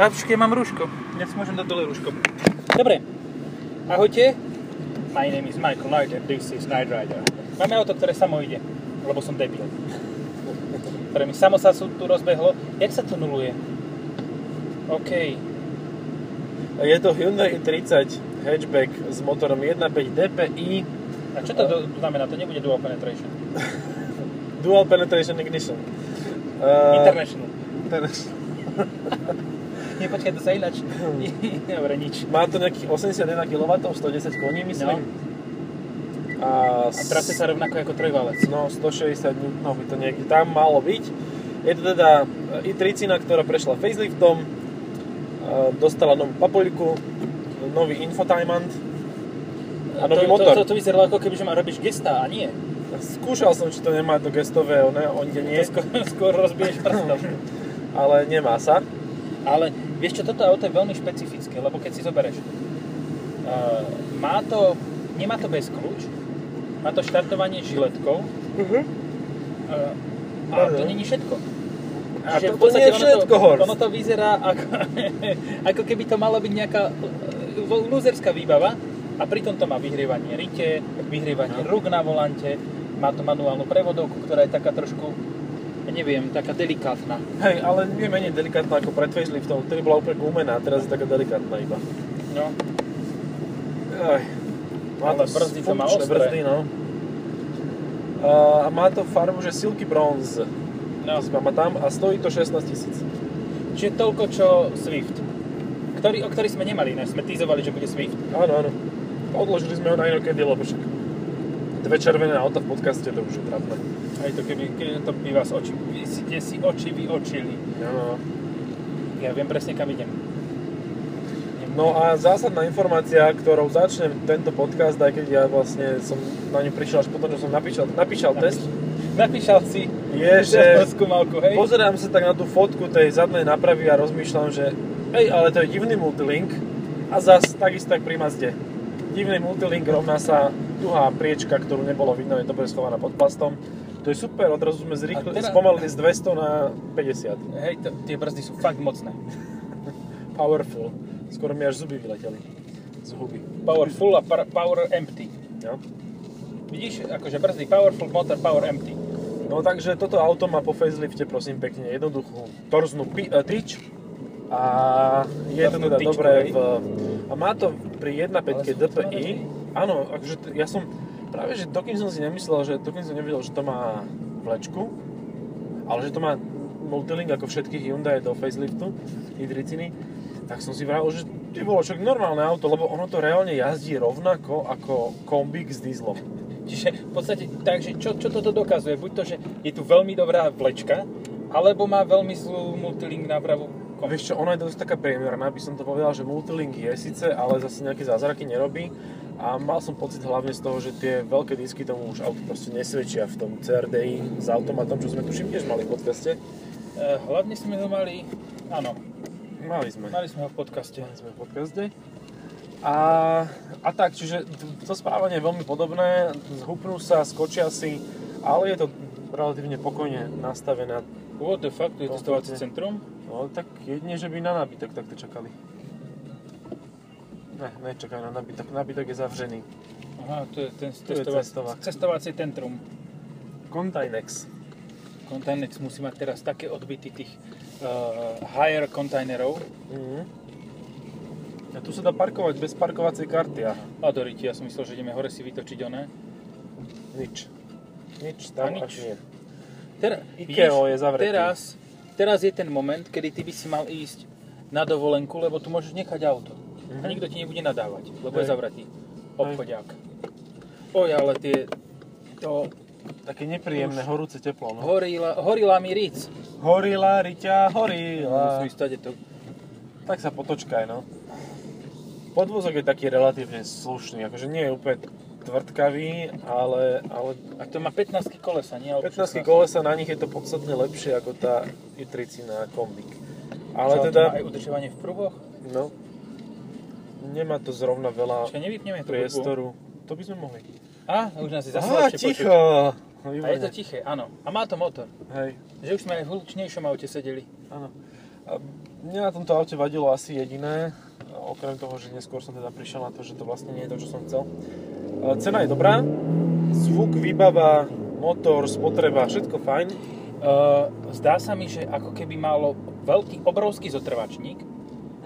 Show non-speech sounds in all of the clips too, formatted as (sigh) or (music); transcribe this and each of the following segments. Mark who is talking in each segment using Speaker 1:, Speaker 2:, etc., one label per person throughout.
Speaker 1: A počkej, mám rúško. Ja si môžem dať dole rúško. Dobre. Ahojte. My name is Michael Knight and this is Knight Rider. Máme auto, ktoré samo ide, lebo som debil. Ktoré mi samo sa sú- tu rozbehlo. Jak sa to nuluje? OK.
Speaker 2: Je to Hyundai 30 hatchback s motorom 1.5 DPI
Speaker 1: A čo to do- znamená? To nebude dual penetration.
Speaker 2: Dual Penetration Ignition. Uh,
Speaker 1: International. (laughs)
Speaker 2: internet-
Speaker 1: Nie, počkaj, to sa ináč. (laughs) Dobre, nič.
Speaker 2: Má to nejakých 81 kW, 110 koní myslím.
Speaker 1: No.
Speaker 2: A,
Speaker 1: A trase sa rovnako ako trojvalec.
Speaker 2: No, 160 dní, no by to niekde tam malo byť. Je to teda e, i30, ktorá prešla faceliftom, e, dostala novú papuľku, nový infotainment a nový
Speaker 1: to,
Speaker 2: motor.
Speaker 1: To, to, to vyzeralo ako keby, že ma robíš gesta a nie.
Speaker 2: Skúšal som, či to nemá to gestové, one, onde nie,
Speaker 1: To skôr, (laughs) skôr rozbiješ prstom.
Speaker 2: ale nemá sa.
Speaker 1: Ale vieš čo, toto auto je veľmi špecifické, lebo keď si zoberieš, uh, má to, nemá to bez kľúč, má to štartovanie žiletkou Mhm. uh, a
Speaker 2: Áno.
Speaker 1: to není všetko.
Speaker 2: A
Speaker 1: Čiže
Speaker 2: to- to nie je
Speaker 1: ono
Speaker 2: všetko,
Speaker 1: to,
Speaker 2: Horst.
Speaker 1: ono to vyzerá ako, (laughs) ako keby to mala byť nejaká eh, vo- lúzerská výbava a pritom to má vyhrievanie rite, vyhrievanie rúk na volante, má to manuálnu prevodovku, ktorá je taká trošku, ja neviem, taká delikátna.
Speaker 2: Hej, ale je menej delikátna ako pred faceliftom, ktorý bola úplne gumená, a teraz je taká delikátna iba.
Speaker 1: No,
Speaker 2: Aj, má
Speaker 1: Ale
Speaker 2: to
Speaker 1: brzdy to má
Speaker 2: funkčné
Speaker 1: ostré.
Speaker 2: brzdy, no. A- a má to farbu, že Silky Bronze.
Speaker 1: no.
Speaker 2: Má tam a stojí to 16 tisíc.
Speaker 1: Čiže toľko, čo Swift. Ktorý, o ktorý sme nemali, ne? sme týzovali, že bude Swift.
Speaker 2: Áno, áno. Odložili sme ho na inokedy, lebo však dve červené auta v podcaste, to už je trápne.
Speaker 1: Aj to, keby, keby to by vás oči, vy si, tie si oči vyočili.
Speaker 2: Áno.
Speaker 1: Ja viem presne, kam idem.
Speaker 2: No a zásadná informácia, ktorou začnem tento podcast, aj keď ja vlastne som na ňu prišiel až potom, čo som napíšal, napíšal test,
Speaker 1: Napíšal si
Speaker 2: je, že
Speaker 1: (laughs) skúmalku, hej?
Speaker 2: pozerám sa tak na tú fotku tej zadnej napravy a rozmýšľam, že hej, ale to je divný multilink a zas takisto tak pri Mazde. Divný multilink rovná sa tuhá priečka, ktorú nebolo vidno, je dobre schovaná pod plastom. To je super, odrazu sme zrýchli,
Speaker 1: A teraz-
Speaker 2: spomalili z 200 na 50.
Speaker 1: Hej, to, tie brzdy sú fakt mocné.
Speaker 2: Powerful. Skoro mi až zuby vyleteli. Z huby.
Speaker 1: Powerful a par, power empty.
Speaker 2: No.
Speaker 1: Vidíš, akože brzdy powerful, motor power empty.
Speaker 2: no takže toto auto má po facelifte prosím pekne jednoduchú torznú pi- e, tyč a je to
Speaker 1: Torznú
Speaker 2: teda
Speaker 1: tyčku,
Speaker 2: dobré
Speaker 1: hej.
Speaker 2: v, a má to
Speaker 1: Ale
Speaker 2: pri 1.5
Speaker 1: sú
Speaker 2: DPI
Speaker 1: otvorené.
Speaker 2: áno, akože t- ja som práve že dokým som si nemyslel, že dokým som nevedel, že to má vlečku ale že to má multilink ako všetky Hyundai do faceliftu hydriciny, tak som si vravil, že ty bolo však normálne auto, lebo ono to reálne jazdí rovnako ako kombík s dieslom.
Speaker 1: Čiže v podstate, takže čo, čo toto dokazuje? Buď to, že je tu veľmi dobrá vlečka, alebo má veľmi zlú multilink nápravu kombi.
Speaker 2: Vieš čo, ona je dosť taká priemerná, by som to povedal, že multilink je síce, ale zase nejaké zázraky nerobí. A mal som pocit hlavne z toho, že tie veľké disky tomu už auto proste nesvedčia v tom CRDI s automatom, čo sme tuším tiež mali v podcaste.
Speaker 1: Eh, Hlavne sme ho mali, áno,
Speaker 2: Mali sme.
Speaker 1: mali sme ho v podcaste.
Speaker 2: Mali sme v podcaste. A, a tak, čiže t- to správanie je veľmi podobné, zhupnú sa, skočia si, ale je to relatívne pokojne nastavené.
Speaker 1: What the fuck, tu je
Speaker 2: Komfortne.
Speaker 1: testovacie centrum.
Speaker 2: No tak jedne, že by na nabitok takto čakali. Ne, nečakaj na nabitok, nabitok je zavřený.
Speaker 1: Aha, tu je ten
Speaker 2: je
Speaker 1: testova-
Speaker 2: cestovák.
Speaker 1: testovacie centrum.
Speaker 2: Containex.
Speaker 1: Containex musí mať teraz také odbyty tých uh, higher kontajnerov.
Speaker 2: Mhm. A tu sa dá parkovať bez parkovacej karty, aha.
Speaker 1: A do ryti, ja som myslel, že ideme hore si vytočiť oné.
Speaker 2: Nič. Nič
Speaker 1: A
Speaker 2: tam nič.
Speaker 1: nič.
Speaker 2: až nie.
Speaker 1: Tera,
Speaker 2: Ikeo
Speaker 1: vidíš,
Speaker 2: je zavretý.
Speaker 1: Teraz, teraz je ten moment, kedy ty by si mal ísť na dovolenku, lebo tu môžeš nechať auto. A
Speaker 2: Mhm.
Speaker 1: nikto ti nebude nadávať, lebo je
Speaker 2: Hej.
Speaker 1: zavretý. Obchodiak. Oj, ale tie, to
Speaker 2: Také nepríjemné,
Speaker 1: Už.
Speaker 2: horúce teplo, no.
Speaker 1: horila, horila mi ric.
Speaker 2: Horila, riťa,
Speaker 1: Musím
Speaker 2: horila.
Speaker 1: ísť tady to.
Speaker 2: Mm, Tak sa potočkaj, no. Podvozok je taký relatívne slušný, akože nie je úplne tvrdkavý, ale, ale
Speaker 1: A to má 15 kolesa, nie? Alebo
Speaker 2: 15
Speaker 1: 16.
Speaker 2: kolesa na nich je to podstatne lepšie ako tá i30 na kombík.
Speaker 1: Čo,
Speaker 2: Ale
Speaker 1: to
Speaker 2: teda,
Speaker 1: má aj udržovanie v pruhoch?
Speaker 2: no, nemá to zrovna veľa
Speaker 1: Čiže nevypneme tú hudbu.
Speaker 2: priestoru. To by sme mohli.
Speaker 1: Á, už nás je zase
Speaker 2: Á,
Speaker 1: lepšie
Speaker 2: ticho! No,
Speaker 1: počuť. A je
Speaker 2: Výborne.
Speaker 1: to tiché, áno. A má to motor.
Speaker 2: Hej,
Speaker 1: Že už sme aj v hlučnejšom aute sedeli.
Speaker 2: áno. A Mne na tomto aute vadilo asi jediné, okrem toho, že neskôr som teda prišiel na to, že to vlastne nie je to, čo som chcel. E, Cena je dobrá, zvuk, výbava, motor, spotreba, všetko fajn.
Speaker 1: Uh, zdá sa mi, že ako keby malo veľký, obrovský zotrvačník,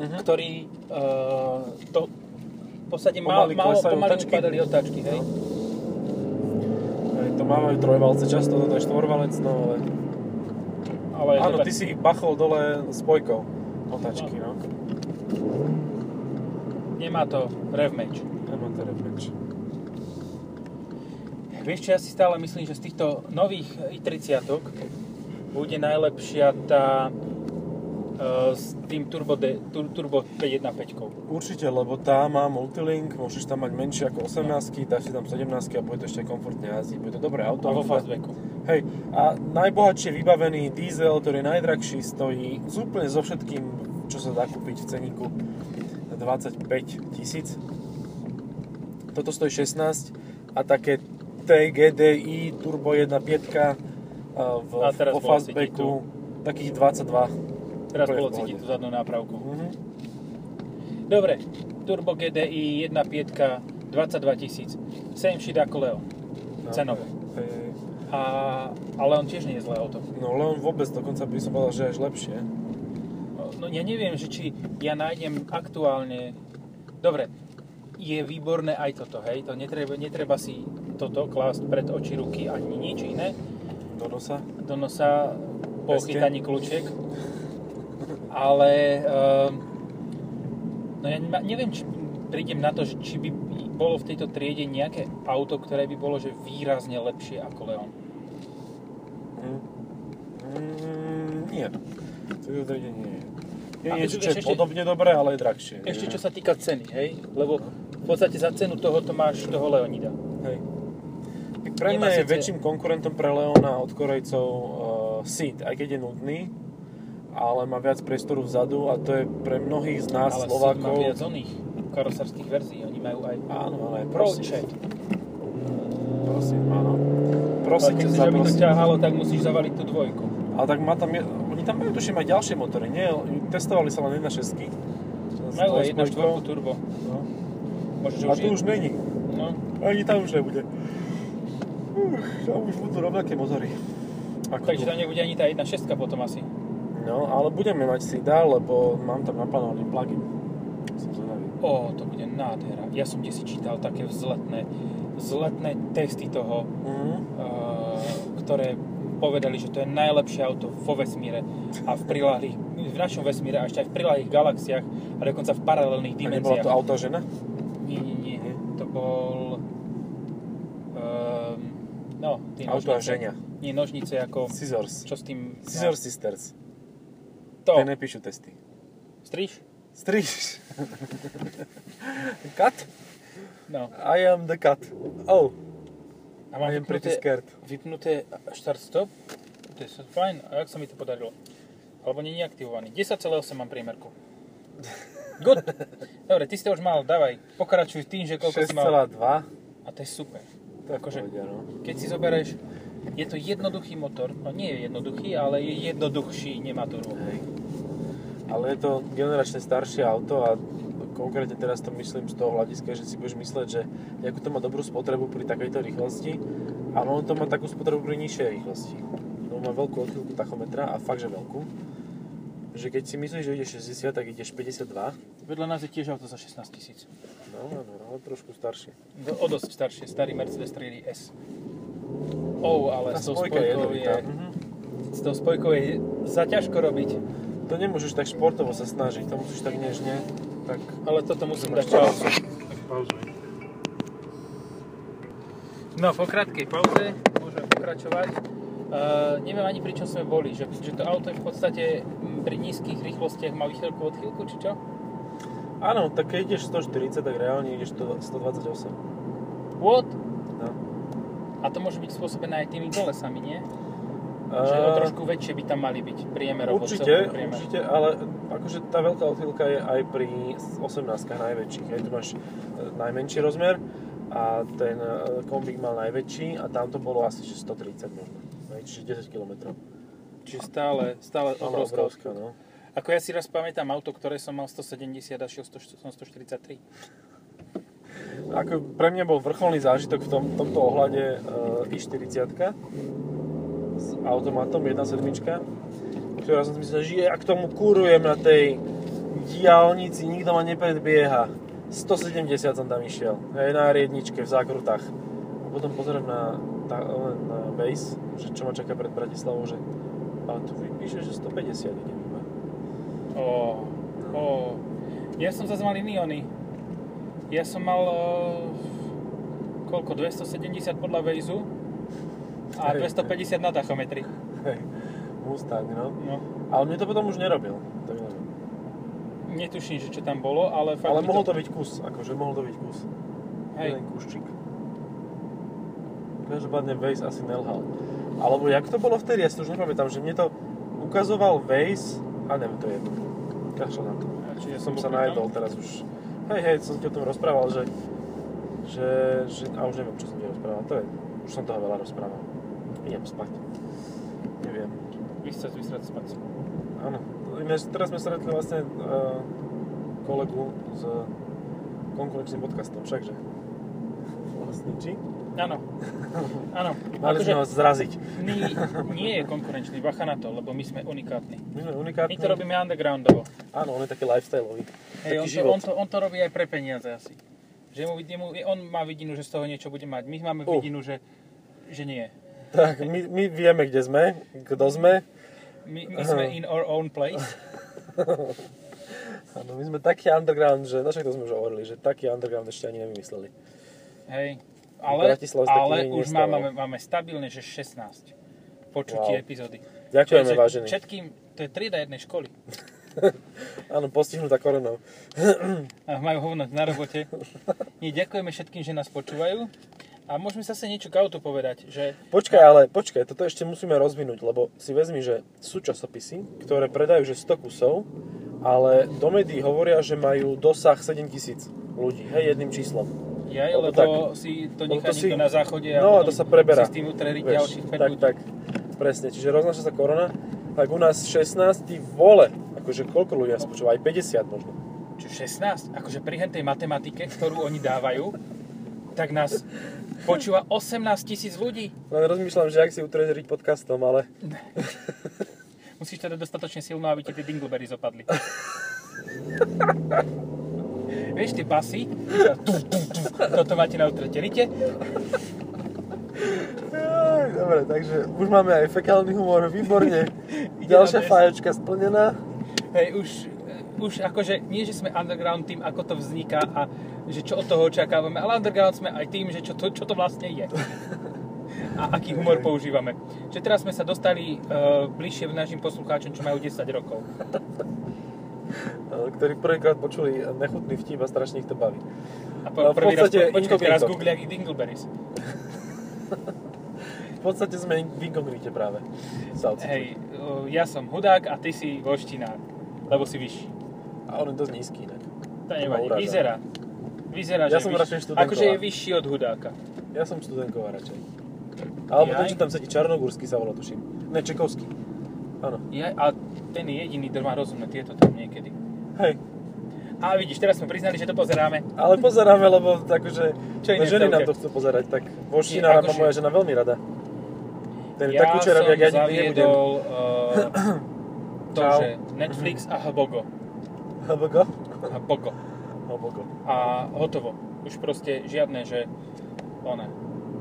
Speaker 2: Mhm.
Speaker 1: ktorý uh, to v podstate mal,
Speaker 2: Pomaly
Speaker 1: malo,
Speaker 2: klesajú
Speaker 1: pomaly
Speaker 2: otáčky.
Speaker 1: mu padali otáčky, hej?
Speaker 2: Aj To máme trojvalce často, toto je štvorvalec, no ale...
Speaker 1: Ale
Speaker 2: Áno,
Speaker 1: dobre.
Speaker 2: ty si ich bachol dole spojkou otáčky, no.
Speaker 1: nemá to rev match.
Speaker 2: Nemá to reflex.
Speaker 1: Vieš čo, ja si stále myslím, že z týchto nových i30 bude najlepšia tá uh, s tým turbo, D, tur, turbo 515.
Speaker 2: Určite, lebo tá má multilink, môžeš tam mať menšie ako 18 dáš si tam 17 a bude to ešte komfortne jazdiť, bude to dobré auto.
Speaker 1: A vo fastbacku.
Speaker 2: Hej, a najbohatšie vybavený diesel, ktorý je najdrahší, stojí s úplne so všetkým, čo sa dá kúpiť v ceníku 25 tisíc. Toto stojí 16 a také TGDI Turbo 1.5 a v,
Speaker 1: A teraz
Speaker 2: vo
Speaker 1: bola cítiť
Speaker 2: fastbacku takých 22.
Speaker 1: Teraz bolo
Speaker 2: Úplne v pohode.
Speaker 1: cítiť tú zadnú nápravku.
Speaker 2: Mhm.
Speaker 1: Dobre, Turbo GDI 1.5 22 tisíc. Same shit ako Leo.
Speaker 2: No,
Speaker 1: Cenovo.
Speaker 2: Hej, hej.
Speaker 1: A, ale on tiež nie je zlé auto.
Speaker 2: e, No len vôbec, dokonca by som povedal, že až lepšie.
Speaker 1: No ja neviem, že či ja nájdem aktuálne... Dobre, je výborné aj toto, hej? To netreba, netreba si toto klásť pred oči ruky ani nič iné.
Speaker 2: Do nosa.
Speaker 1: Do nosa po
Speaker 2: Peste.
Speaker 1: chytaní kľúčiek. Ale... Um, no ja nema- neviem, či prídem na to, že či by bolo v tejto triede nejaké auto, ktoré by bolo že výrazne lepšie ako Leon.
Speaker 2: Mm. Mm, nie. To je to nie. Je
Speaker 1: A
Speaker 2: niečo,
Speaker 1: ešte-
Speaker 2: čo je
Speaker 1: ešte-
Speaker 2: podobne dobré, ale je drahšie.
Speaker 1: Ešte čo sa týka ceny, hej? Lebo v podstate za cenu tohoto máš toho Leonida.
Speaker 2: Hej. Tak pre
Speaker 1: Nemá
Speaker 2: mňa je
Speaker 1: síce-
Speaker 2: väčším konkurentom pre Leona od Korejcov uh, Seat, aj keď je nudný, ale má viac priestoru vzadu a to je pre mnohých z nás
Speaker 1: Ale Slovakov... má
Speaker 2: Slovákov...
Speaker 1: viac oných karosárských verzií. Oni majú aj
Speaker 2: Áno, ale aj prosím,
Speaker 1: Proček.
Speaker 2: prosím, áno.
Speaker 1: Prosím,
Speaker 2: Prosím, ťa
Speaker 1: keď
Speaker 2: za
Speaker 1: chceš, aby to
Speaker 2: prosím.
Speaker 1: ťahalo, tak musíš zavaliť tú dvojku.
Speaker 2: Ale tak má tam, je- oni tam majú tuším aj ďalšie motory, nie? Testovali sa len 1.6.
Speaker 1: Majú aj jedna štvorku turbo.
Speaker 2: No.
Speaker 1: Možno, že
Speaker 2: A
Speaker 1: už
Speaker 2: tu
Speaker 1: je-
Speaker 2: už není.
Speaker 1: No,
Speaker 2: Ani tam už nebude. Uch, tam už budú rovnaké motory. Ako
Speaker 1: takže
Speaker 2: tu.
Speaker 1: tam nebude ani tá 1.6 potom asi.
Speaker 2: No, ale budeme mať SIDA, lebo mám tam naplánovaný plugin. Som zvedavý.
Speaker 1: Ó, to bude nádhera. Ja som kde si čítal také vzletné, vzletné testy toho, e,
Speaker 2: Mm.
Speaker 1: ktoré povedali, že to je najlepšie auto vo vesmíre a v prilahlých, v našom vesmíre a ešte aj v prilahlých galaxiách a dokonca v paralelných
Speaker 2: A nebola
Speaker 1: dimenziách.
Speaker 2: to auto žena?
Speaker 1: Nie, nie, nie.
Speaker 2: Nie?
Speaker 1: To bol... Um, no, tie
Speaker 2: Auto a
Speaker 1: nožnice.
Speaker 2: ženia.
Speaker 1: Nie, nožnice ako...
Speaker 2: Scissors.
Speaker 1: Čo s tým...
Speaker 2: Scissor Sisters.
Speaker 1: No, to.
Speaker 2: Tie nepíšu testy.
Speaker 1: Striž?
Speaker 2: (laughs) Striž. cut?
Speaker 1: No.
Speaker 2: I am the cut. Oh,
Speaker 1: A
Speaker 2: I am pretty scared.
Speaker 1: vypnuté start stop. To je so- fajn. A jak sa mi to podarilo? Alebo nie je neaktivovaný. 10,8 mám
Speaker 2: (laughs)
Speaker 1: priemerku. Good. Dobre, ty si to už mal, dávaj. Pokračuj tým, že koľko si mal.
Speaker 2: 6,2.
Speaker 1: A to je super.
Speaker 2: To je
Speaker 1: Akože-
Speaker 2: pohodia, no.
Speaker 1: Keď si zoberieš, je to jednoduchý motor, no nie je jednoduchý, ale je jednoduchší, nemá to rôb.
Speaker 2: Hej. Ale je to generačne staršie auto a konkrétne teraz to myslím z toho hľadiska, že si budeš mysleť, že jakú to má dobrú spotrebu pri takejto rýchlosti, ale on to má takú spotrebu pri nižšej rýchlosti. No má veľkú odchýlku tachometra a fakt, že veľkú. Že keď si myslíš, že ideš 60, tak ideš 52.
Speaker 1: Vedľa nás je tiež auto za 16 tisíc.
Speaker 2: No, áno, ale trošku staršie.
Speaker 1: No, O dosť staršie, starý Mercedes 3 S. Oh, ale
Speaker 2: Tá
Speaker 1: s tou
Speaker 2: spojka
Speaker 1: spojkou
Speaker 2: je
Speaker 1: je,
Speaker 2: jednoduchá. Mhm.
Speaker 1: s tou spojkou je za ťažko robiť,
Speaker 2: To nemôžeš tak športovo sa snažiť, to musíš tak nežne. Tak
Speaker 1: ale toto musím dať
Speaker 2: Máš
Speaker 1: pauzu.
Speaker 2: pauzuj.
Speaker 1: No, po krátkej pauze môžeme pokračovať. Uh, neviem ani pri čom sme boli, že, že to auto je v podstate mm, pri nízkych rýchlostiach má výchylku od chvíľku, či čo?
Speaker 2: Áno, tak keď ideš 140, tak reálne ideš to 128.
Speaker 1: What?
Speaker 2: No.
Speaker 1: A to môže byť spôsobené aj tými kolesami, nie? Že o
Speaker 2: A-
Speaker 1: trošku väčšie by tam mali byť priemerovo.
Speaker 2: Ehm, Určite,
Speaker 1: celkovo priemer.
Speaker 2: určite, ale akože tá veľká odchýlka je aj pri 18 najväčších. Aj tu máš e, najmenší rozmer a ten e, kombík mal najväčší a tam to bolo asi že 130 možno. Hej, Čiže 10 km.
Speaker 1: Čiže stále, stále obrovská.
Speaker 2: no.
Speaker 1: Ako ja si raz pamätám auto, ktoré som mal 170 a šiel 100 som 143.
Speaker 2: Ako pre mňa bol vrcholný zážitok v tom, tomto ohľade uh, i40 s automatom 1.7, ktorá som si myslel, že je, a k tomu kurujem na tej diálnici, nikto ma nepredbieha. 170 som tam išiel, hej, na riedničke v zákrutách. A potom pozerám na, tá, len na base, že čo ma čaká pred Bratislavou, že ale tu mi píše, že 150 idem iba.
Speaker 1: Ó, ó. Ja som zase mal iný oný. Ja som mal e, koľko? 270 podľa Waze a
Speaker 2: Hej.
Speaker 1: 250 na tachometri.
Speaker 2: (laughs) Hej, Mustang, no.
Speaker 1: No.
Speaker 2: Ale mne to potom už nerobil. Tak neviem.
Speaker 1: Netuším, že čo tam bolo, ale fakt...
Speaker 2: Ale
Speaker 1: mi
Speaker 2: mohol to byť kus, akože mohol to byť kus.
Speaker 1: Hej.
Speaker 2: Jeden kúščik. Každopádne Waze asi nelhal. Alebo jak to bolo vtedy, ja si to už nepamätám, že mne to ukazoval Waze, a neviem, to je jedno. Kašľa na to.
Speaker 1: A Čiže
Speaker 2: Som
Speaker 1: popri
Speaker 2: sa
Speaker 1: tom?
Speaker 2: najedol teraz už. Hej, hej, som ti o tom rozprával, že, že, že a už neviem, čo som ti rozprával, to je, už som toho veľa rozprával. Idem spať. Neviem.
Speaker 1: Vysrať, vysrať, spať.
Speaker 2: Áno. Ináč, teraz sme stretli vlastne uh, kolegu s konkurenčným podcastom, všakže. Vlastne, či? (laughs)
Speaker 1: Áno. Áno. Akože
Speaker 2: Mali sme ho zraziť.
Speaker 1: my nie je konkurenčný, bacha na to, lebo my sme unikátni.
Speaker 2: My sme
Speaker 1: My
Speaker 2: unikátni.
Speaker 1: to robíme undergroundovo.
Speaker 2: Áno, on je taký lifestyleový.
Speaker 1: Hej,
Speaker 2: taký
Speaker 1: on, to,
Speaker 2: život.
Speaker 1: on, to, on to robí aj pre peniaze asi. Že mu, jemu, on má vidinu, že z toho niečo bude mať. My máme
Speaker 2: U.
Speaker 1: vidinu, že, že nie.
Speaker 2: Tak, my, my vieme, kde sme, kto sme.
Speaker 1: My, my sme in our own place.
Speaker 2: Áno, my sme taký underground, že, no však to sme už hovorili, že taký underground ešte ani nevymysleli.
Speaker 1: Hej. Ale,
Speaker 2: Bratislava sa taký
Speaker 1: ale
Speaker 2: nikdy
Speaker 1: už má,
Speaker 2: nestával.
Speaker 1: máme, máme stabilne, že 16 počutí
Speaker 2: Wow.
Speaker 1: epizódy.
Speaker 2: Ďakujeme,
Speaker 1: Čo je, že
Speaker 2: vážení.
Speaker 1: Všetkým, to je trieda jednej školy.
Speaker 2: Áno, postihnutá koronou.
Speaker 1: A majú hovno na
Speaker 2: (laughs)
Speaker 1: robote. Nie, ďakujeme všetkým, že nás počúvajú. A môžeme zase niečo k autu povedať, že
Speaker 2: Počkaj, ale počkaj, toto ešte musíme rozvinúť, lebo si vezmi, že sú časopisy, ktoré predajú že 100 kusov, ale do médií hovoria, že majú dosah 7000 ľudí, hej, jedným číslom.
Speaker 1: jaj, lebo,
Speaker 2: Lebo tak.
Speaker 1: si to
Speaker 2: Lebo
Speaker 1: nechá
Speaker 2: to si-
Speaker 1: niekto na záchode a
Speaker 2: No,
Speaker 1: potom
Speaker 2: to sa preberá.
Speaker 1: si s tým utreriť
Speaker 2: Vieš,
Speaker 1: ďalších 5
Speaker 2: tak,
Speaker 1: ľudí.
Speaker 2: tak, presne, čiže roznáša sa korona, tak u nás 16, ty vole, akože koľko ľudí nás počúva, aj 50 možno.
Speaker 1: Čo 16? Akože pri hentej matematike, ktorú oni dávajú, tak nás počúva 18 tisíc ľudí.
Speaker 2: Len rozmýšľam, že ak si utrezriť podcastom, ale
Speaker 1: Musíš teda dostatočne silno, aby ti tie dingleberry zopadli. Vieš, tie basy, tu, tu, tu, toto máte na utreterite.
Speaker 2: Jaj, Dobre, takže už máme aj fekálny humor, výborne.
Speaker 1: (laughs) Ide na
Speaker 2: Ďalšia fajočka splnená.
Speaker 1: Hej, už, už akože, nie že sme underground tým, ako to vzniká a že čo od toho očakávame, ale underground sme aj tým, že čo to, čo to vlastne je. A aký humor používame. Že teraz sme sa dostali uh, bližšie k našim poslucháčom, čo majú 10 rokov.
Speaker 2: e, ktorí prvýkrát počuli nechutný vtip a strašne ich to baví.
Speaker 1: A
Speaker 2: No, v
Speaker 1: prvý raz,
Speaker 2: podstate
Speaker 1: počkaj, teraz
Speaker 2: inkognito.
Speaker 1: googlia ich Dingleberries.
Speaker 2: V podstate sme in- v inkognite práve. Sa ocitli.
Speaker 1: Hej, uh, ja som hudák a ty si voštinár, lebo si vyšší.
Speaker 2: A on je dosť nízky inak.
Speaker 1: To
Speaker 2: ma
Speaker 1: nevadí,
Speaker 2: uráža.
Speaker 1: vyzerá. Vyzerá,
Speaker 2: Ja
Speaker 1: že
Speaker 2: som
Speaker 1: je vyšší.
Speaker 2: radšej študentová.
Speaker 1: Akože je vyšší od hudáka.
Speaker 2: Ja som študenková radšej. Alebo ten,
Speaker 1: Jaj.
Speaker 2: čo tam sedí, Čarnogórsky sa volá, tuším. Ne, Čekovský. Áno.
Speaker 1: Ja, a ten je jediný, kto má rozum na tieto tam niekedy.
Speaker 2: Hej.
Speaker 1: A vidíš, teraz sme priznali, že to pozeráme.
Speaker 2: Ale pozeráme, lebo akože
Speaker 1: Čo iné
Speaker 2: no, ženy
Speaker 1: celke.
Speaker 2: nám to chcú pozerať, tak
Speaker 1: Nie,
Speaker 2: vošinára má
Speaker 1: akože-
Speaker 2: moja žena veľmi rada. Ten je tak učeravý, jak ja nikdy nebudem.
Speaker 1: zaviedol uh, to,
Speaker 2: Čau.
Speaker 1: že Netflix a Hbogo.
Speaker 2: Hbogo?
Speaker 1: A Bogo.
Speaker 2: Hbogo.
Speaker 1: A hotovo. Už proste žiadne, že one,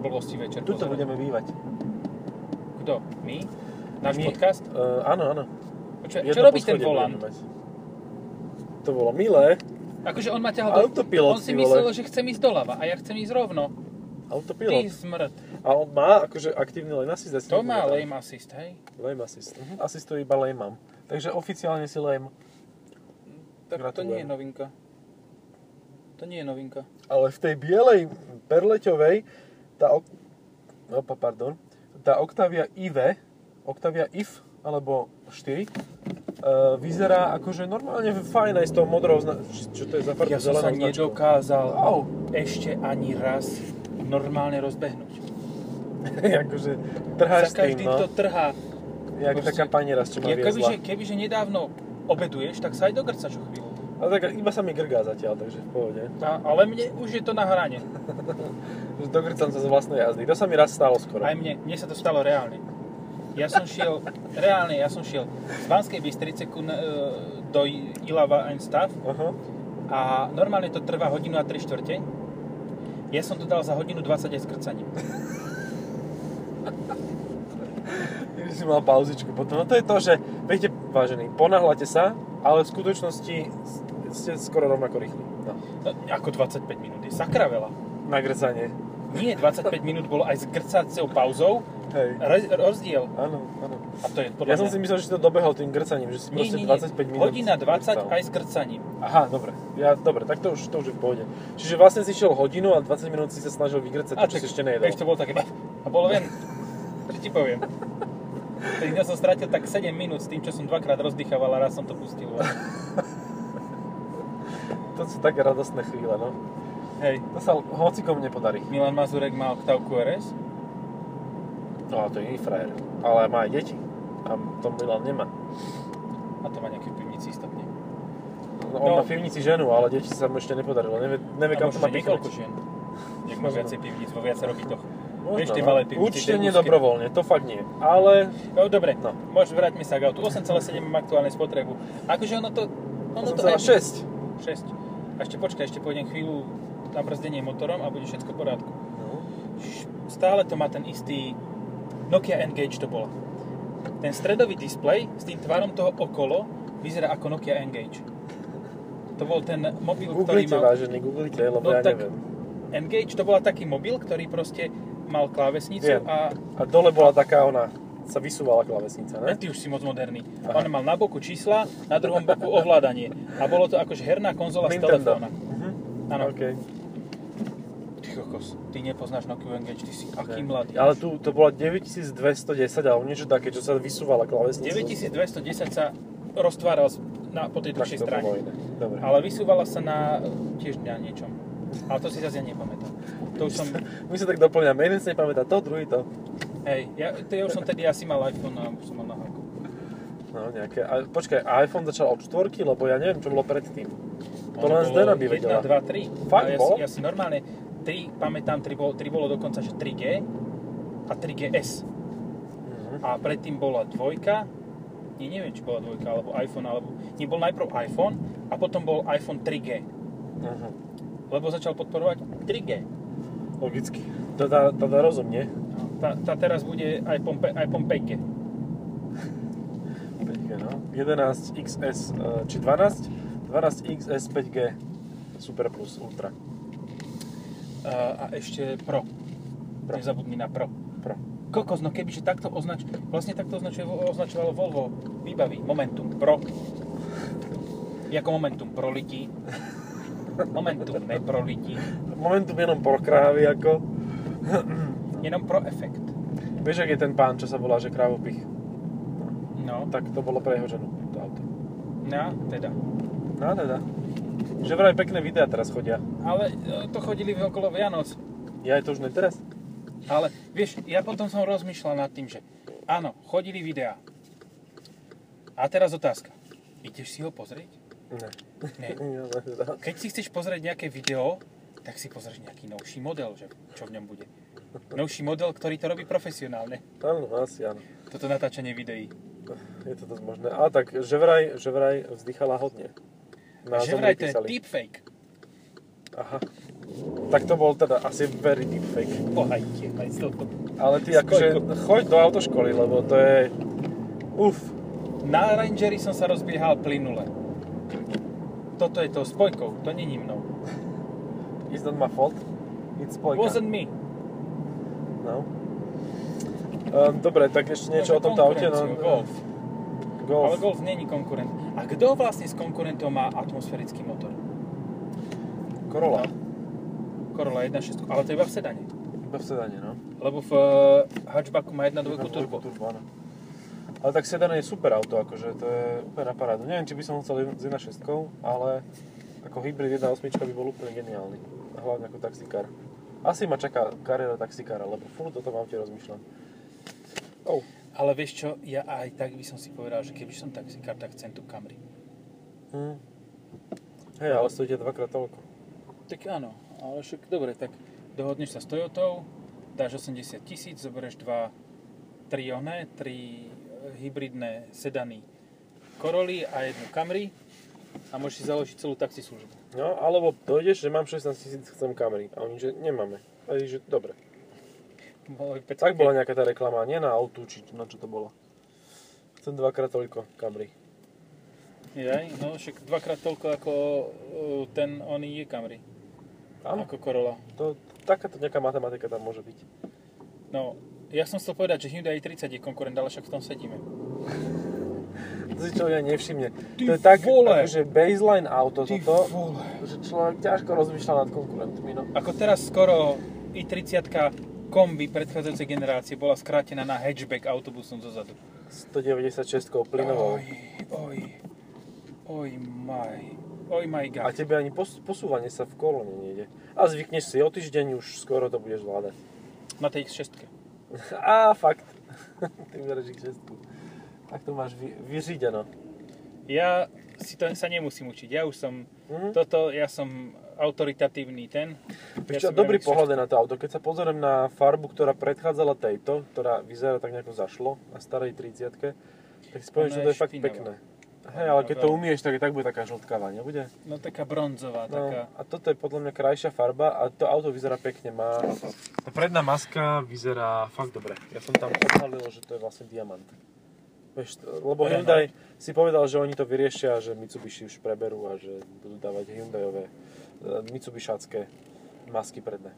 Speaker 1: blbosti večer.
Speaker 2: Tuto
Speaker 1: pozerať.
Speaker 2: budeme bývať.
Speaker 1: Kto? My? Náš
Speaker 2: My.
Speaker 1: podcast?
Speaker 2: Uh, áno, áno.
Speaker 1: Čo, čo
Speaker 2: Jedno
Speaker 1: robí ten
Speaker 2: poschodie
Speaker 1: volant?
Speaker 2: budeme mať. To bolo milé.
Speaker 1: Akože on ma ťahal On
Speaker 2: Autopilot,
Speaker 1: si
Speaker 2: ty
Speaker 1: myslel,
Speaker 2: vole.
Speaker 1: že chcem ísť doľava a ja chcem ísť rovno. Ty
Speaker 2: Autopilot.
Speaker 1: smrt.
Speaker 2: A on má akože aktívny lane assist. ja si
Speaker 1: To má
Speaker 2: nepamätám.
Speaker 1: lame assist, hej?
Speaker 2: Lame assist. Mhm. Asistuje iba lame Takže oficiálne si lame.
Speaker 1: Tak to nie
Speaker 2: Gratulujem.
Speaker 1: je novinka. To nie je novinka.
Speaker 2: Ale v tej bielej perleťovej tá ok... Opa, pardon. Tá Octavia IV, Octavia IF, alebo 4, e, vyzerá akože normálne fajn aj s tou modrou zna... či- Čo to je za farbu?
Speaker 1: Ja som sa
Speaker 2: Zelenou značkou.
Speaker 1: nedokázal
Speaker 2: Au.
Speaker 1: ešte ani raz normálne rozbehnúť.
Speaker 2: (laughs) akože trháš
Speaker 1: Za
Speaker 2: s tým,
Speaker 1: každým
Speaker 2: no.
Speaker 1: to trhá.
Speaker 2: Jak
Speaker 1: Proste-
Speaker 2: taká pani raz, čo ma
Speaker 1: Ja,
Speaker 2: viezla.
Speaker 1: kebyže, kebyže nedávno obeduješ, tak sa aj dogrcaš o chvíľu.
Speaker 2: Ale tak iba sa mi grgá zatiaľ, takže v pohode.
Speaker 1: Tá, ale mne už je to na hrane.
Speaker 2: Dogrcam sa z vlastnej jazdy. To sa mi raz stalo skoro.
Speaker 1: Aj mne, mne sa to stalo reálne. Ja som šiel, reálne, ja som šiel z Banskej Bystrice ku, e, do I- Ilava Einstav
Speaker 2: Aha.
Speaker 1: a normálne to trvá hodinu a 3 štvrte. Ja som to dal za hodinu 20 aj s krcaním.
Speaker 2: Kedy si mal pauzičku potom. No to je to, že, viete, vážení, ponáhľate sa, ale v skutočnosti s- ste skoro rovnako rýchli. No.
Speaker 1: No, Ako 25 minút, je sakra veľa.
Speaker 2: Na grcanie.
Speaker 1: Nie, 25 minút bolo aj s grcacou pauzou,
Speaker 2: Hej.
Speaker 1: re- rozdiel.
Speaker 2: Áno, áno.
Speaker 1: A to je podľa
Speaker 2: Ja som
Speaker 1: mňa-
Speaker 2: si myslel, že si to dobehol tým grcaním, že si
Speaker 1: Nie,
Speaker 2: proste
Speaker 1: nie, nie.
Speaker 2: 25 minút.
Speaker 1: Hodina 20
Speaker 2: grcal.
Speaker 1: aj s grcaním.
Speaker 2: Aha, dobre. Ja, dobre, tak to už, to už je v pohode. Čiže vlastne si šiel hodinu a 20 minút si sa snažil vygrcať to, čo si ešte nejedol.
Speaker 1: Vieš, to bolo také... bah, A bolo ven. Čo ti poviem? Teď ja som strátil tak 7 minút s tým, čo som dvakrát rozdychával a raz som to pustil.
Speaker 2: To sú také radostné chvíle, no.
Speaker 1: Hej.
Speaker 2: To sa hocikom nepodarí.
Speaker 1: Milan Mazurek má oktávku RS.
Speaker 2: No a to je iný frajer. Ale má aj deti. A to Milan nemá.
Speaker 1: A to má nejaké v pivnici istotne.
Speaker 2: No, on
Speaker 1: No.
Speaker 2: má pivnici ženu, ale deti sa mu ešte nepodarilo. Nevie, nevie
Speaker 1: A
Speaker 2: kam to
Speaker 1: možno,
Speaker 2: má
Speaker 1: že niekoľko
Speaker 2: pichnúť.
Speaker 1: žien. Nech má
Speaker 2: Možno.
Speaker 1: viacej pivnic vo viacero bytoch.
Speaker 2: Možno,
Speaker 1: Vieš, tie
Speaker 2: no.
Speaker 1: malé pivnice,
Speaker 2: Určite
Speaker 1: tie
Speaker 2: nie
Speaker 1: úzke.
Speaker 2: dobrovoľne, to fakt nie. Ale
Speaker 1: No dobre, no.
Speaker 2: No.
Speaker 1: môž, vráťme sa k autu. 8,7 mám aktuálne spotrebu. Akože ono to... Ono to aj-
Speaker 2: 8,6.
Speaker 1: 6. A ešte počkaj, ešte pôjdem chvíľu na brzdenie motorom a bude všetko v poriadku.
Speaker 2: No.
Speaker 1: Š- Stále to má ten istý Nokia Engage to bola. Ten stredový displej s tým tvarom toho okolo vyzerá ako Nokia Engage. To bol ten mobil, ktorý
Speaker 2: Googlite,
Speaker 1: mal...
Speaker 2: vážený, googlite, lebo
Speaker 1: No
Speaker 2: ja
Speaker 1: tak-
Speaker 2: neviem.
Speaker 1: Engage to bola taký mobil, ktorý proste mal klávesnicu
Speaker 2: Viem.
Speaker 1: a
Speaker 2: A dole bola taká ona, sa vysúvala klavesnica,
Speaker 1: Ne,
Speaker 2: ne?
Speaker 1: ty už si moc moderný.
Speaker 2: Aha.
Speaker 1: On mal na boku čísla, na druhom boku ovládanie. A bolo to akože herná konzola z
Speaker 2: Nintendo.
Speaker 1: telefóna.
Speaker 2: Mhm.
Speaker 1: Áno.
Speaker 2: OK.
Speaker 1: Ty kokos, ty nepoznáš Nokia Engage, ty si aký
Speaker 2: Ne.
Speaker 1: mladý.
Speaker 2: Ale tu to bola 9210 alebo niečo také, čo sa vysúvala klavesnica.
Speaker 1: 9210 sa roztváral z- na, po tej
Speaker 2: Tak
Speaker 1: dlhšej
Speaker 2: to
Speaker 1: strane.
Speaker 2: bolo iné. Dobre. (laughs)
Speaker 1: Ale vysúvala sa na e, tiež na niečom. Ale to si zase ja nepamätám. To už som,
Speaker 2: My sa tak doplňame, jeden si nepamätá to, druhý to.
Speaker 1: hej, ja, to ja už som tedy asi mal iPhone a už som mal na háku.
Speaker 2: No nejaké. A, počkaj, a iPhone začal od čtvorky, lebo ja neviem, čo bolo predtým. To
Speaker 1: Ono
Speaker 2: len
Speaker 1: bolo
Speaker 2: Zdena by vedela.
Speaker 1: 1, 2, 3.
Speaker 2: Fakt
Speaker 1: a ja,
Speaker 2: bolo?
Speaker 1: si, ja si normálne 3, pamätám, 3 bolo, 3 bolo dokonca, že 3G a 3GS.
Speaker 2: Mhm.
Speaker 1: A predtým bola dvojka, nie, neviem, či bola dvojka, alebo iPhone, alebo... Nie, bol najprv iPhone a potom bol iPhone 3G,
Speaker 2: Mhm.
Speaker 1: lebo začal podporovať 3G.
Speaker 2: Logicky. To dá, to dá rozum, nie?
Speaker 1: Tá, tá teraz bude iPhone, pe- iPhone 5G.
Speaker 2: Peťke, no. 11 XS, e, či 12? 12 XS 5G Super Plus Ultra.
Speaker 1: Uh, a ešte Pro.
Speaker 2: Pro.
Speaker 1: Pro. Nezabudni na Pro.
Speaker 2: Pro.
Speaker 1: Kokos, no kebyže takto označ... Vlastne takto označuje, označovalo Volvo výbavy. Momentum Pro. Jako Momentum pro lidi. Momentum ne pro lidi.
Speaker 2: Momentum jenom pro krávy, ako.
Speaker 1: Jenom pro efekt.
Speaker 2: Vieš, ak je ten pán, čo sa volá, že krávopich?
Speaker 1: No,
Speaker 2: Tak to bolo pre jeho ženu, to auto.
Speaker 1: na, teda.
Speaker 2: No teda. Že vraj pekné videá teraz chodia.
Speaker 1: Ale e, to chodili okolo Vianoc.
Speaker 2: Ja je to už ne teraz?
Speaker 1: Ale vieš, ja potom som rozmýšľal nad tým, že áno, chodili videá. A teraz otázka. Ideš si ho pozrieť?
Speaker 2: Ne.
Speaker 1: Ne.
Speaker 2: (laughs) Ja ne teda.
Speaker 1: Keď si chceš pozrieť nejaké video, tak si pozrieš nejaký novší model, že čo v ňom bude. Novší model, ktorý to robí profesionálne.
Speaker 2: Áno, no, asi áno.
Speaker 1: Toto natáčanie videí.
Speaker 2: Je to dosť možné. A tak, že vraj, že vraj vzdychala hodne.
Speaker 1: A že
Speaker 2: Názor
Speaker 1: vraj to je
Speaker 2: nepísali.
Speaker 1: deepfake.
Speaker 2: Aha. Tak to bol teda asi very deep fake.
Speaker 1: Pohajte, aj s touto.
Speaker 2: Ale ty akože choď do autoškoly, lebo to je... Uf.
Speaker 1: Na Rangeri som sa rozbiehal plynule. Toto je to s pojkou, to není mnou.
Speaker 2: It's not my fault. It's pojka.
Speaker 1: Wasn't me.
Speaker 2: No. Um, dobre, tak ešte niečo o tomto aute. No,
Speaker 1: Konkurenciu, Golf. Ale
Speaker 2: Golf.
Speaker 1: Golf není konkurent. A kto vlastne s konkurentom má atmosférický motor?
Speaker 2: Corolla.
Speaker 1: No. Corolla 1.6, ale to je iba v sedane.
Speaker 2: Iba v sedane, no.
Speaker 1: Lebo v e, hatchbacku má 1.2 turbo.
Speaker 2: turbo áno. Ale tak sedan je super auto, akože to je úplne na parádu. Neviem, či by som chcel s 1.6, ale ako hybrid 1.8 by bol úplne geniálny. A Hlavne ako taxikár. Asi ma čaká kariéra taxikára, lebo furt o tom aute rozmýšľam. Oh.
Speaker 1: Ale vieš čo, ja aj tak by som si povedal, že keby som taxikár, tak chcem tú Camry.
Speaker 2: Hm. Hej, ale stojí ťa dvakrát toľko.
Speaker 1: Tak áno, ale však dobre, tak dohodneš sa s Toyotou, dáš 80 tisíc, zoberieš dva, tri oné, tri e, hybridné sedany Coroly a jednu Camry a môžeš si založiť celú taxislužbu.
Speaker 2: No, alebo dojdeš, že mám 16 tisíc, chcem kamery. A oni, že nemáme. A je, že dobre.
Speaker 1: Bolo by pecka,
Speaker 2: Tak bola nejaká tá reklama, nie na autu, či na čo to bolo. Chcem dvakrát toľko kamry.
Speaker 1: Jaj, no však dvakrát toľko ako e, ten oný je Camry,
Speaker 2: Áno,
Speaker 1: ako Corolla.
Speaker 2: to, takáto nejaká matematika tam môže byť.
Speaker 1: No, ja som chcel povedať, že Hyundai i30 je konkurent, ale však v tom sedíme.
Speaker 2: To si človek ani nevšimne.
Speaker 1: Ty
Speaker 2: to je tak,
Speaker 1: vole!
Speaker 2: akože baseline auto
Speaker 1: Ty
Speaker 2: toto,
Speaker 1: vole.
Speaker 2: že človek ťažko rozmýšľa nad konkurentmi, no.
Speaker 1: Ako teraz skoro i30 kombi predchádzajúcej generácie bola skrátená na hatchback autobusom zozadu.
Speaker 2: 196 plynovou.
Speaker 1: Oj, oj, oj maj, oj my
Speaker 2: A
Speaker 1: god.
Speaker 2: tebe ani pos- posúvanie sa v kolone nejde. A zvykneš si, o týždeň už skoro to budeš (laughs) zvládať.
Speaker 1: Na tej X6.
Speaker 2: Á, fakt. (laughs) Ty bereš ich šestku. Tak to máš vy- vyřídeno.
Speaker 1: Ja si to sa nemusím učiť, ja už som,
Speaker 2: Mhm.
Speaker 1: toto, ja som autoritatívny ten. Ja
Speaker 2: Vieš čo,
Speaker 1: si
Speaker 2: dobrý
Speaker 1: berem X6.
Speaker 2: pohľad je na to auto. Keď sa pozriem na farbu, ktorá predchádzala tejto, ktorá vyzerá tak nejako zašlo, na starej 30 tak si poviem,
Speaker 1: Ona
Speaker 2: že
Speaker 1: je
Speaker 2: to je fakt
Speaker 1: špinavá.
Speaker 2: pekné. Hej, ale
Speaker 1: Ona
Speaker 2: keď to
Speaker 1: veľmi.
Speaker 2: umieš, tak, tak bude taká žltkavá, nebude?
Speaker 1: No taká bronzová,
Speaker 2: No,
Speaker 1: taká.
Speaker 2: a toto je podľa mňa krajšia farba a to auto vyzerá pekne, má... Tá predná maska vyzerá fakt dobre. Ja som tam odhalil, že to je vlastne diamant. Vieš, to- lebo
Speaker 1: Renault.
Speaker 2: Hyundai si povedal, že oni to vyriešia, že Mitsubishi už preberú a že budú dávať Hyundaiové, e, Mitsubishacké masky predné.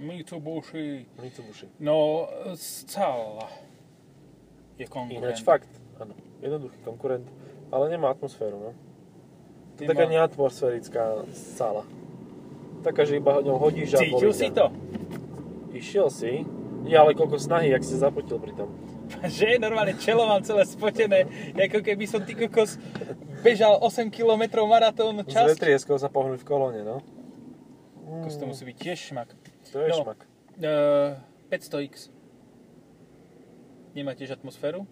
Speaker 1: Mitsubishi.
Speaker 2: Mitsubishi.
Speaker 1: No, scala je konkurent.
Speaker 2: Ináč fakt, áno. Jednoduchý konkurent, ale nemá atmosféru, no. To je
Speaker 1: Nemá-
Speaker 2: taká neatmosférická sala. Taká, že iba ňou hodíš a
Speaker 1: Cítil
Speaker 2: boli
Speaker 1: si
Speaker 2: ťa.
Speaker 1: to? (laughs)
Speaker 2: Išiel si? Ja, ale koľko snahy, jak si sa zapotil pri tom.
Speaker 1: Že normálne čelo mám celé spotené, ako keby som ty kokos bežal 8 km maratón
Speaker 2: Z
Speaker 1: čas.
Speaker 2: vetrieskou sa pohnúť v kolóne, no. Mm,
Speaker 1: Kokos to musí byť tiež šmak.
Speaker 2: To je
Speaker 1: No.
Speaker 2: šmak.
Speaker 1: Uh, 500X. Nemá tiež atmosféru?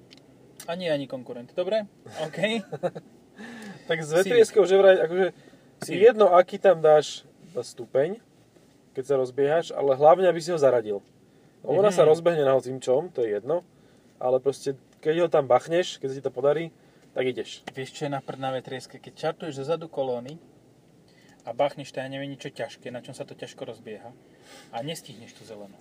Speaker 1: A nie ani konkurent. Dobre? OK.
Speaker 2: Tak z vetrieskou, že vraj, akože si
Speaker 1: Civic.
Speaker 2: jedno, aký tam dáš stupeň, keď sa rozbiehaš, ale hlavne, aby si ho zaradil. Lebo Ona
Speaker 1: Mhm.
Speaker 2: sa rozbehne na hocím čom, to je jedno, ale proste, keď ho tam bachneš, keď sa ti to podarí, tak ideš.
Speaker 1: Vieš, čo je na prdnavé trieske? Keď čartuješ zo zadu kolóny a bachneš to, ja neviem, niečo ťažké, na čom sa to ťažko rozbieha a nestihneš tú zelenú.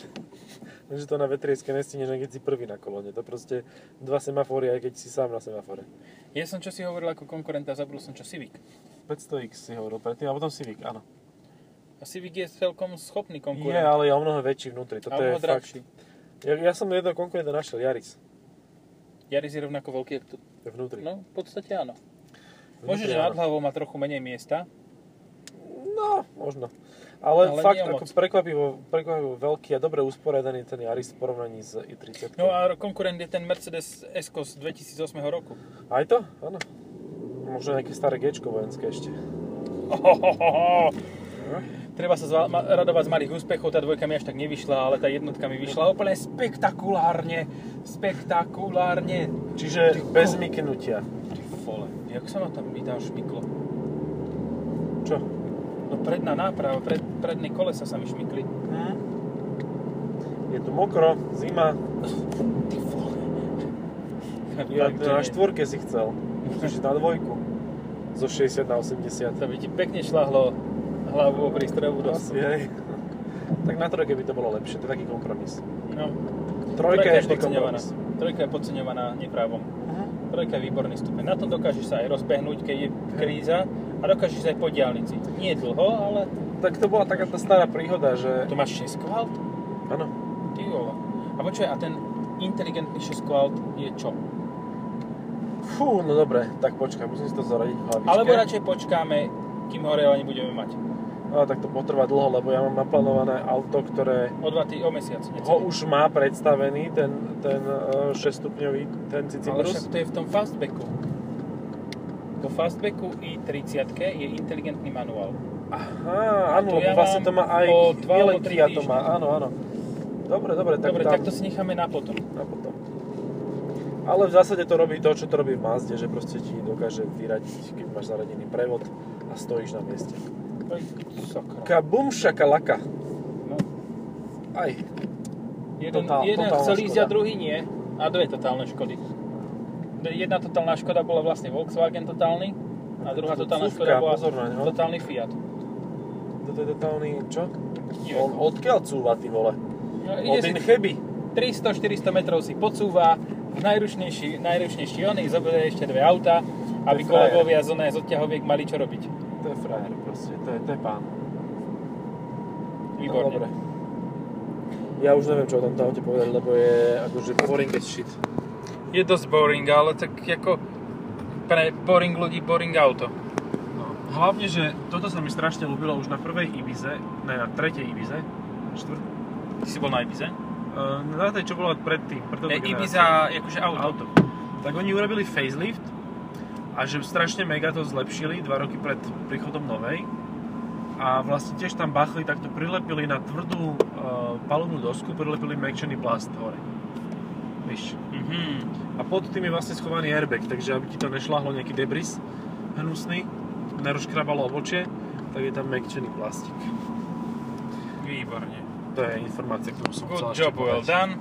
Speaker 2: Takže to na vetrieske nestihneš, ani keď si prvý na kolóne. To proste dva semafóry, aj keď si sám na semafore.
Speaker 1: Ja som čo si hovoril ako konkurent a zabudol som čo Civic.
Speaker 2: 500X si hovoril predtým, a potom Civic, áno.
Speaker 1: A Civic je celkom schopný
Speaker 2: Je,
Speaker 1: konkurent.
Speaker 2: ale je o mnoho väčší vnútri. Toto
Speaker 1: a
Speaker 2: je
Speaker 1: ho drahší.
Speaker 2: fakt. Ja, ja som jedno konkurenta našiel, Yaris.
Speaker 1: Jaris je rovnako veľký, jak tu.
Speaker 2: Je Vnútri.
Speaker 1: No, v podstate áno. Možno,
Speaker 2: vnútri
Speaker 1: že
Speaker 2: áno.
Speaker 1: nad hlavou má trochu menej miesta.
Speaker 2: No, možno. Ale,
Speaker 1: Ale
Speaker 2: ale fakt
Speaker 1: nie
Speaker 2: ako
Speaker 1: moc.
Speaker 2: prekvapivo, prekvapivo veľký a dobre usporiadaný ten Yaris v porovnaní s i30.
Speaker 1: No a konkurent je ten Mercedes ESCO z 2008 roku.
Speaker 2: Aj to? Áno. Možno nejaké staré Gčko vojenské ešte.
Speaker 1: Ohohoho. (laughs) Treba sa zva- ma- radovať z malých úspechov, tá dvojka mi až tak nevyšla, ale tá jednotka mi vyšla úplne spektakulárne, spektakulárne.
Speaker 2: Čiže bez myknutia.
Speaker 1: Ty vole, jak sa ma tam vydá šmyklo?
Speaker 2: Čo?
Speaker 1: No predná náprava, pred, predné kolesa sa mi šmykli.
Speaker 2: Hm? Je tu mokro, zima.
Speaker 1: Ty vole.
Speaker 2: Ja
Speaker 1: Fakt, že
Speaker 2: na
Speaker 1: nie.
Speaker 2: štvorke si chcel. Chceš ísť na dvojku. Zo 60 na 80.
Speaker 1: To by ti pekne šlahlo hlavu o prístroju do
Speaker 2: Asi, hej. Tak na trojke by to bolo lepšie, to je taký kompromis.
Speaker 1: No,
Speaker 2: Trojka je vždy
Speaker 1: podceňovaná.
Speaker 2: kompromis. Mhm.
Speaker 1: Trojka je podceňovaná neprávom. Trojka je výborný stupeň. Na tom dokážeš sa aj rozbehnúť, keď je kríza a dokážeš sa aj po diálnici. Nie dlho, ale
Speaker 2: Tak to bola taká tá stará príhoda, že...
Speaker 1: to máš 6 kvalt?
Speaker 2: Áno.
Speaker 1: Ty vole. A počkaj, a ten inteligentný 6 kvalt je čo?
Speaker 2: Fú, no dobre, tak počkaj, musím si to zaradiť v hlavičke.
Speaker 1: Alebo radšej počkáme, kým horeo ani budeme mať.
Speaker 2: Ale tak to potrvá dlho, lebo ja mám naplánované auto, ktoré
Speaker 1: O dva tý, o mesiac. necelý.
Speaker 2: ho už má predstavený, ten, ten 6-stupňový, ten
Speaker 1: Ale
Speaker 2: Cicibrus.
Speaker 1: však to je v tom fastbacku. Po fastbacku i30 je inteligentný manuál.
Speaker 2: Aha,
Speaker 1: tu
Speaker 2: áno,
Speaker 1: ja
Speaker 2: lebo vlastne
Speaker 1: mám
Speaker 2: to má aj...
Speaker 1: o dva
Speaker 2: nielen
Speaker 1: alebo tri
Speaker 2: Kia to
Speaker 1: týždne.
Speaker 2: má, áno, áno. Dobre, dobre, tak
Speaker 1: Dobre,
Speaker 2: tam...
Speaker 1: tak to si necháme na potom.
Speaker 2: A potom. Ale v zásade to robí to, čo to robí v Mazde, že proste ti dokáže vyradiť, keď máš zaradený prevod a stojíš na mieste.
Speaker 1: Oj, sakra.
Speaker 2: Kabum šakalaka.
Speaker 1: No.
Speaker 2: Aj.
Speaker 1: Jeden,
Speaker 2: Totál-
Speaker 1: jeden
Speaker 2: totálna
Speaker 1: chcel ísť a
Speaker 2: škoda.
Speaker 1: druhý nie. A dve totálne škody. Jedna totálna škoda bola vlastne Volkswagen totálny a druhá totálna
Speaker 2: Cúvka,
Speaker 1: škoda bola
Speaker 2: pozor na ňo.
Speaker 1: totálny Fiat.
Speaker 2: Toto je totálny, čo?
Speaker 1: Neviem.
Speaker 2: On odkiaľ cúva, ty vole?
Speaker 1: No,
Speaker 2: Od
Speaker 1: ide si
Speaker 2: Incheby.
Speaker 1: 300-400 metrov si podsúva, najručnejší, najručnejší oný, zoberie ešte dve auta, aby
Speaker 2: frajer.
Speaker 1: kolegovia z oné z odťahoviek mali čo robiť.
Speaker 2: To je frajer proste, to je, to je pán.
Speaker 1: Výborne.
Speaker 2: No, dobre. Ja už neviem, čo o tomto aute povedať, lebo je akože boring as shit.
Speaker 1: Je dosť boring, ale tak ako pre boring ľudí boring auto.
Speaker 2: No, hlavne, že toto sa mi strašne ľúbilo už na prvej Ibize, ne, na tretej Ibize, štvrt,
Speaker 1: Ty si bol na Ibize?
Speaker 2: uh, na tej, čo bola predtým, preto
Speaker 1: Je E, Ibiza, akože auto.
Speaker 2: auto. Tak oni urobili facelift a že strašne mega to zlepšili dva roky pred príchodom novej. A vlastne tiež tam bachli, tak to prilepili na tvrdú uh, palubnú dosku, prilepili mekčený plast hore. Víš.
Speaker 1: Mhm.
Speaker 2: A pod tým je vlastne schovaný airbag, takže aby ti to nešlahlo nejaký debris hnusný, nerozkrabalo obočie, tak je tam mekčený plastik.
Speaker 1: Výborne.
Speaker 2: To je informácia, ktorú som chcel
Speaker 1: Good
Speaker 2: ešte
Speaker 1: job, well
Speaker 2: povedať.
Speaker 1: done.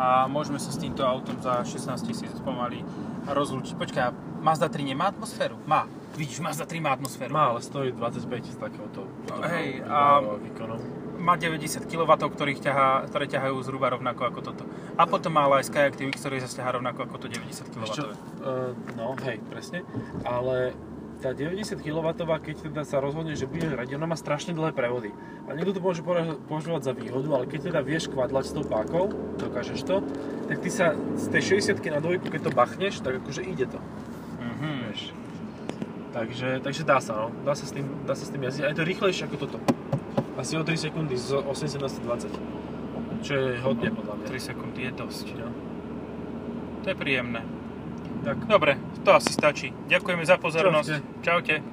Speaker 1: A môžeme sa s týmto autom za 16 tisíc pomaly rozlúčiť. Počkaj, Mazda 3 nemá atmosféru? Má. Vidíš, Mazda 3 má atmosféru.
Speaker 2: Má, ale stojí 25 z takéhoto
Speaker 1: Hej,
Speaker 2: toho
Speaker 1: a-
Speaker 2: výkonu.
Speaker 1: Má 90 kW, ktorých ťahá, ktoré ťahajú zhruba rovnako ako toto. A potom má ale aj Skyactiv-X, ktorý zase ťahá rovnako ako to 90 kW.
Speaker 2: Vieš čo, eh, no, hej, presne. Ale tá 90 kW, keď teda sa rozhodne, že bude radi, ona má strašne dlhé prevody. A niekto to môže pora- považovať za výhodu, ale keď teda vieš kvadlať s tou pákou, dokážeš to, tak ty sa z tej 60 na dvojku, keď to bachneš, tak akože ide to.
Speaker 1: Mhm.
Speaker 2: Vieš. Takže, takže dá sa, no. Dá sa s tým, dá sa s tým jazdiť. A je to rýchlejšie ako toto. Asi o 3 sekundy z 80 na 120. Čo je hodne, podľa mňa.
Speaker 1: 3 sekundy je dosť.
Speaker 2: No.
Speaker 1: To je príjemné.
Speaker 2: Tak.
Speaker 1: Dobre, to asi stačí. Ďakujeme za pozornosť. Čaute.